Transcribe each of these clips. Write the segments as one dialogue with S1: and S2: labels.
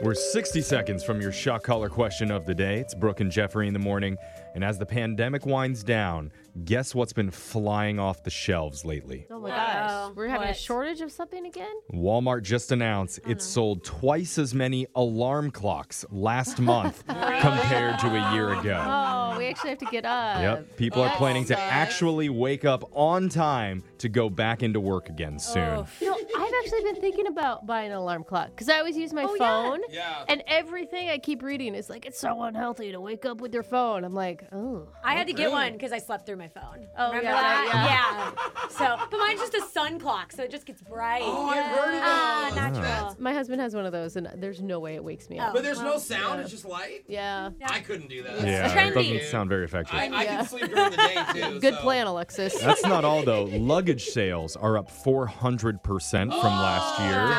S1: We're 60 seconds from your shock collar question of the day. It's Brooke and Jeffrey in the morning. And as the pandemic winds down, guess what's been flying off the shelves lately?
S2: Oh my
S3: Wow.
S2: gosh. We're having a
S3: What?
S2: shortage of something again?
S1: Walmart just announced it sold twice as many alarm clocks last month compared to a year ago.
S2: Oh, we actually have to get up.
S1: Yep, people are planning to actually wake up on time to go back into work again soon.
S2: You know, I've actually been thinking about buying an alarm clock because I always use my phone.
S4: Yeah.
S2: And everything I keep reading is like, it's so unhealthy to wake up with your phone. I'm like, oh.
S3: I had to get one because I slept through my phone.
S2: Oh,
S3: Remember
S2: yeah,
S3: that? Yeah. So, but mine's just a sun clock, so it just gets bright.
S4: Oh, I've heard of
S3: Ah,
S4: those.
S3: natural.
S2: My husband has one of those, and there's no way it wakes me up.
S3: Oh.
S4: But there's no sound, it's just light.
S2: Yeah.
S4: I couldn't do that.
S1: Yeah, it
S3: Trendy.
S1: doesn't sound very effective.
S4: I, I can sleep during the day too.
S2: Good
S4: so.
S2: plan, Alexis.
S1: That's not all though. Luggage sales are up 400% from last year.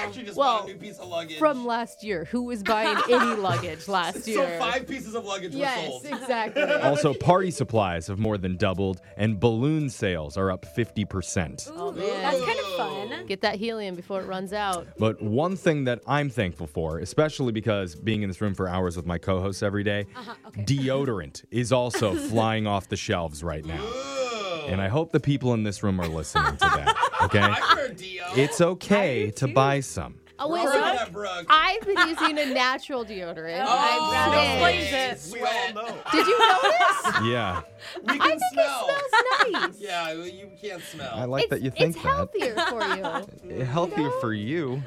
S4: I actually just
S2: Well,
S4: bought a new piece of luggage.
S2: From last year, who was buying any luggage last
S4: so
S2: year?
S4: five pieces of luggage were
S2: yes,
S4: sold.
S2: exactly.
S1: Also, party supplies have more than doubled, and balloon sales are up 50%.
S3: Ooh,
S2: man.
S3: Oh, that's kind of fun.
S2: Get that helium before it runs out.
S1: But one thing that I'm thankful for, especially because being in this room for hours with my co hosts every day,
S2: Uh-huh,
S1: deodorant is also flying off the shelves right now. And I hope the people in this room are listening to that, okay?
S4: I've heard Dio.
S1: It's okay to buy some.
S2: Oh, wait,
S4: Heard
S2: so
S4: that, Brooke.
S2: I've been using a natural deodorant.
S3: Oh,
S2: I've
S3: that
S2: been-
S3: explains it.
S4: We all know.
S2: Did you notice?
S1: Yeah.
S4: We can smell.
S2: It smells nice.
S4: Yeah, well, you can't smell.
S1: I like that you think
S2: it's
S1: that.
S2: healthier for you.
S1: healthier for you.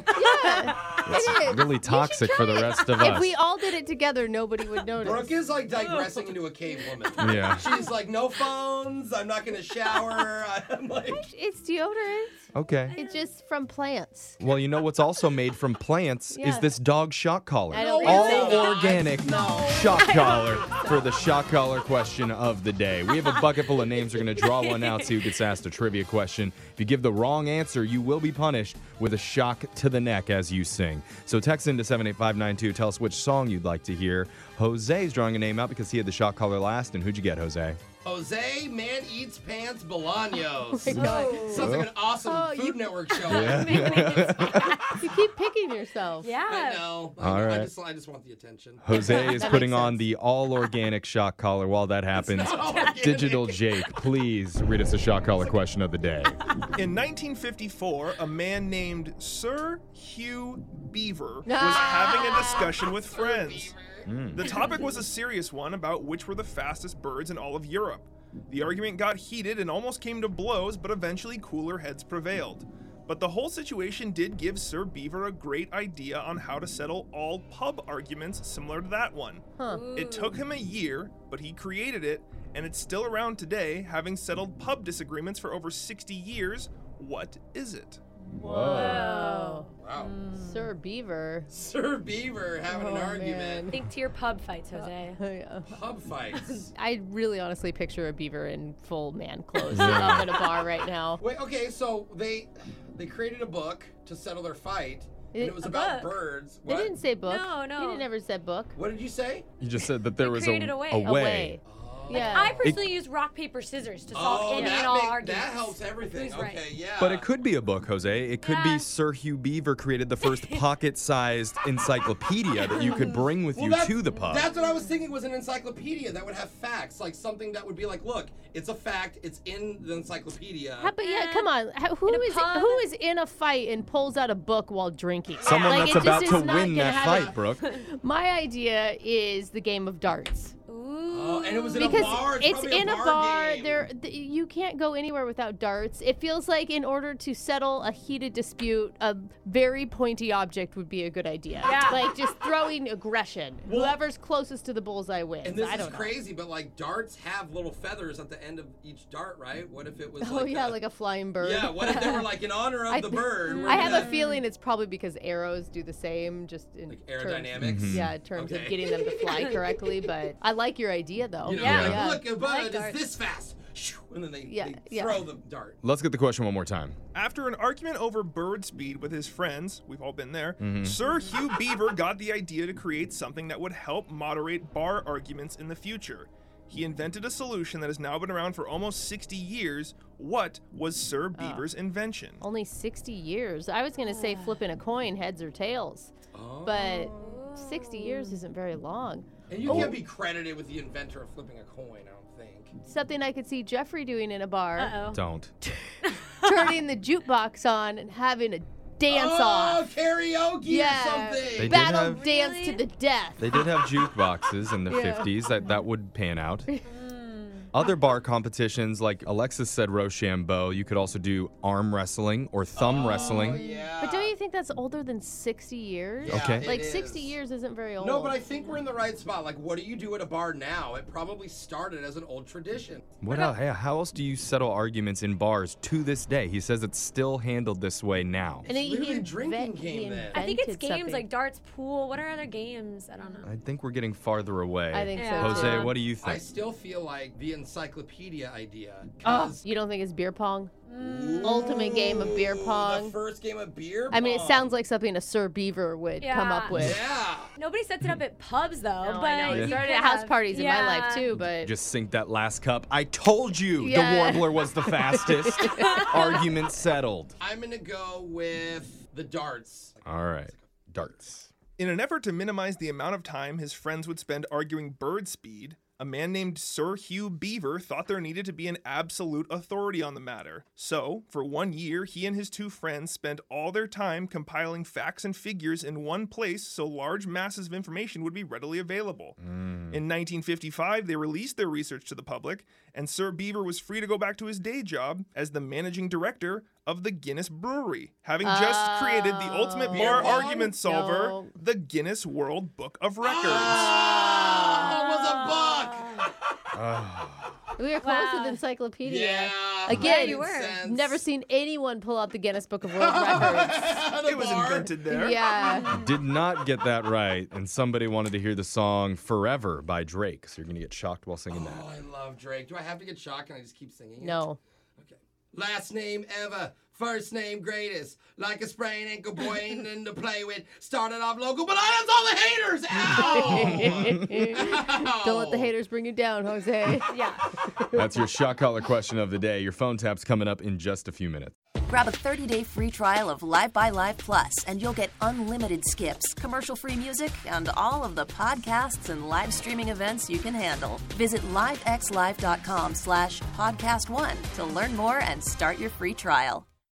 S2: It is.
S1: Really toxic for the rest of us.
S2: If we all did it together, nobody would notice.
S4: Brooke is like digressing into a cave woman.
S1: yeah.
S4: She's like, no phones. I'm not gonna shower. I'm like,
S2: it's deodorant.
S1: Okay.
S2: It's just from plants.
S1: Well, you know what's also made from plants
S2: Yeah.
S1: is this dog shock collar.
S2: I don't
S1: All
S2: think
S4: so.
S1: organic
S4: No.
S1: shock collar for the shock collar question of the day. We have a bucket full of names. We're going to draw one out so you gets asked a trivia question. If you give the wrong answer, you will be punished with a shock to the neck as you sing. So text into 78592. Tell us which song you'd like to hear. Jose is drawing a name out because he had the shock collar last. And who'd you get, Jose?
S4: Jose, man eats pants,
S2: Oh
S4: Bolaños.
S2: my God.
S4: Sounds like an awesome
S2: Oh,
S4: Food
S2: you-
S4: Network show.
S2: You keep picking yourself.
S4: I
S3: Yeah.
S4: know. I,
S1: All
S4: know. I
S1: right.
S4: just, I just want the attention.
S1: Jose is
S2: That
S1: putting
S2: makes
S1: on
S2: sense.
S1: the all organic shock collar. While that happens, Digital Jake, please read us the shock collar question of the day.
S5: In 1954, a man named Sir Hugh Beaver was
S2: Ah.
S5: having a discussion with friends. The topic was a serious one about which were the fastest birds in all of Europe. The argument got heated and almost came to blows, but eventually cooler heads prevailed. But the whole situation did give Sir Beaver a great idea on how to settle all pub arguments similar to that one. It took him a year, but he created it, and it's still around today, having settled pub disagreements for over 60 years. What is it?
S2: Oh.
S4: Wow.
S2: Sir Beaver.
S4: Sir Beaver having
S2: Oh,
S4: an argument.
S2: man.
S3: Think to your pub fights, Jose.
S2: Yeah.
S4: Pub fights.
S2: I really honestly picture a beaver in full man clothes up at a bar right now.
S4: Wait. Okay. So they they created a book to settle their fight, and
S2: It-
S4: it was
S2: a
S4: about
S3: book.
S4: birds.
S2: They
S4: What?
S2: didn't say book.
S3: No,
S2: They
S3: no.
S2: didn't ever said book.
S4: What did you say?
S1: You just said that there was a,
S3: created a way.
S1: a
S3: A
S2: Away.
S1: way.
S2: Yeah.
S3: I personally use rock, paper, scissors to solve
S4: oh,
S3: any
S4: that,
S3: and all
S4: make-
S3: arguments.
S4: that helps everything.
S3: Who's
S4: Okay.
S3: right?
S4: Yeah.
S1: But it could be a book, Jose. It could
S3: Yeah.
S1: be Sir Hugh Beaver created the first pocket-sized encyclopedia that you could bring with
S4: Well,
S1: you
S4: that's-
S1: to the pub.
S4: That's what I was thinking was an encyclopedia that would have facts, like something that would be like, look, it's a fact, it's in the encyclopedia.
S2: How- but yeah, come on. How- Who
S3: In a
S2: is
S3: pub?
S2: who is in a fight and pulls out a book while drinking?
S1: Someone
S2: Like,
S1: that's
S2: it just
S1: about
S2: is
S1: to
S2: not
S1: win
S2: gonna
S1: that
S2: happen.
S1: fight, Brooke.
S2: My idea is the game of darts
S3: Ooh.
S4: Oh, and it was in
S2: because
S4: a bar. It's,
S2: it's
S4: probably
S2: in
S4: a
S2: a
S4: bar.
S2: bar.
S4: game.
S2: There, th- you can't go anywhere without darts. It feels like in order to settle a heated dispute, a very pointy object would be a good idea.
S3: Yeah.
S2: Like just throwing aggression.
S4: Well-
S2: Whoever's closest to the bullseye wins.
S4: And this
S2: I don't
S4: is
S2: know.
S4: crazy, but like darts have little feathers at the end of each dart, right? What if it was?
S2: Oh
S4: like
S2: yeah,
S4: a,
S2: like a flying bird.
S4: Yeah. What if they were like in honor of
S2: I
S4: the
S2: th-
S4: bird? we're
S2: I have a
S4: gonna-
S2: feeling it's probably because arrows do the same, just in
S4: Like
S2: Terms,
S4: aerodynamics?
S2: Yeah, in terms of
S4: Okay.
S2: getting them to fly correctly. But I like your idea though.
S4: You know,
S3: Yeah.
S4: like,
S2: yeah.
S4: Look, a bird
S3: darts.
S4: is this fast, Shoo, and then they,
S2: Yeah,
S4: they
S2: yeah.
S4: throw the dart.
S1: Let's get the question one more time.
S5: After an argument over bird speed with his friends, we've all been there, Sir Hugh Beaver got the idea to create something that would help moderate bar arguments in the future. He invented a solution that has now been around for almost 60 years. What was Sir Beaver's invention?
S2: Only 60 years. I was going to say flipping a coin, heads or tails. But 60 years
S4: Oh.
S2: isn't very long.
S4: And you can't be credited with the inventor of flipping a coin, I don't think.
S2: Something I could see Jeffrey doing in a bar,
S3: Uh oh.
S1: Don't.
S2: turning the jukebox on and having a dance
S4: oh,
S2: off.
S4: karaoke
S2: Yeah.
S4: or something.
S1: They did
S2: Battle
S1: have-
S2: dance to
S3: Really?
S2: the death.
S1: They did have jukeboxes in the 50s. That that would pan out.
S2: Mm.
S1: Other bar competitions, like Alexis said, Rochambeau. You could also do arm wrestling or
S2: Oh,
S1: thumb wrestling.
S4: Yeah.
S2: But don't you think that's older than 60 years?
S4: Yeah,
S1: Okay.
S4: it
S2: Like 60
S4: is.
S2: years isn't very old.
S4: No, but I think we're in the right spot. Like, what do you do at a bar now? It probably started as an old tradition.
S1: What el- yeah, How else do you settle arguments in bars to this day? He says it's still handled this way now.
S2: And
S4: It's
S2: he- he
S4: literally a drinking
S2: inve- he
S4: game then.
S3: I think it's
S2: invented
S3: games
S2: something.
S3: like darts, pool. What are other games? I don't know.
S1: I think we're getting farther away.
S2: I think so.
S3: Yeah.
S1: Jose,
S2: too.
S1: what do you
S4: I
S1: think?
S4: still feel like the encyclopedia idea.
S2: Oh,
S4: 'cause-
S2: you don't think it's beer pong?
S4: Ooh,
S2: ultimate game of beer
S4: The
S2: Mm. pong.
S4: first game of beer pong.
S2: I mean, it sounds like something a Sir Beaver would come
S3: Yeah.
S2: up with.
S4: Yeah.
S3: Nobody sets it up at pubs though.
S2: No,
S3: but
S2: Oh, I know.
S3: you
S2: It started
S3: could
S2: at house
S3: have-
S2: parties in my life
S3: Yeah.
S2: too, but
S1: Just sink that last cup. I told you the
S2: Yeah.
S1: warbler was the fastest. Argument settled.
S4: I'm going to go with the darts.
S1: All right. Darts.
S5: In an effort to minimize the amount of time his friends would spend arguing bird speed, a man named Sir Hugh Beaver thought there needed to be an absolute authority on the matter. So, for one year, he and his two friends spent all their time compiling facts and figures in one place so large masses of information would be readily available. In 1955, they released their research to the public, and Sir Beaver was free to go back to his day job as the managing director of the Guinness Brewery, having just created the ultimate
S2: Oh.
S5: bar
S4: Beer pong?
S5: argument solver,
S2: No.
S5: the Guinness World Book of Records.
S4: Ah, almost a buck.
S2: we were close
S3: Wow.
S2: with encyclopedia.
S4: Yeah.
S2: Again,
S3: you were.
S4: sense.
S2: Never seen anyone pull out the Guinness Book of World Records.
S4: The
S5: It was
S4: bar.
S5: invented there.
S2: yeah.
S1: Did not get that right, and somebody wanted to hear the song Forever by Drake, so you're going to get shocked while singing
S4: Oh,
S1: that.
S4: I love Drake. Do I have to get shocked and I just keep singing it?
S2: No.
S4: Okay. Last name ever, first name greatest. Like a sprained ankle, boy ain't nothing to play with. Started off local, but I all the haters. Ow!
S2: Don't let the haters bring you down, Jose.
S3: Yeah.
S1: That's your shock collar question of the day. Your phone tap's coming up in just a few minutes.
S6: Grab a 30-day free trial of Live by Live Plus, and you'll get unlimited skips, commercial-free music, and all of the podcasts and live streaming events you can handle. Visit livexlive.com slash podcast one to learn more and start your free trial.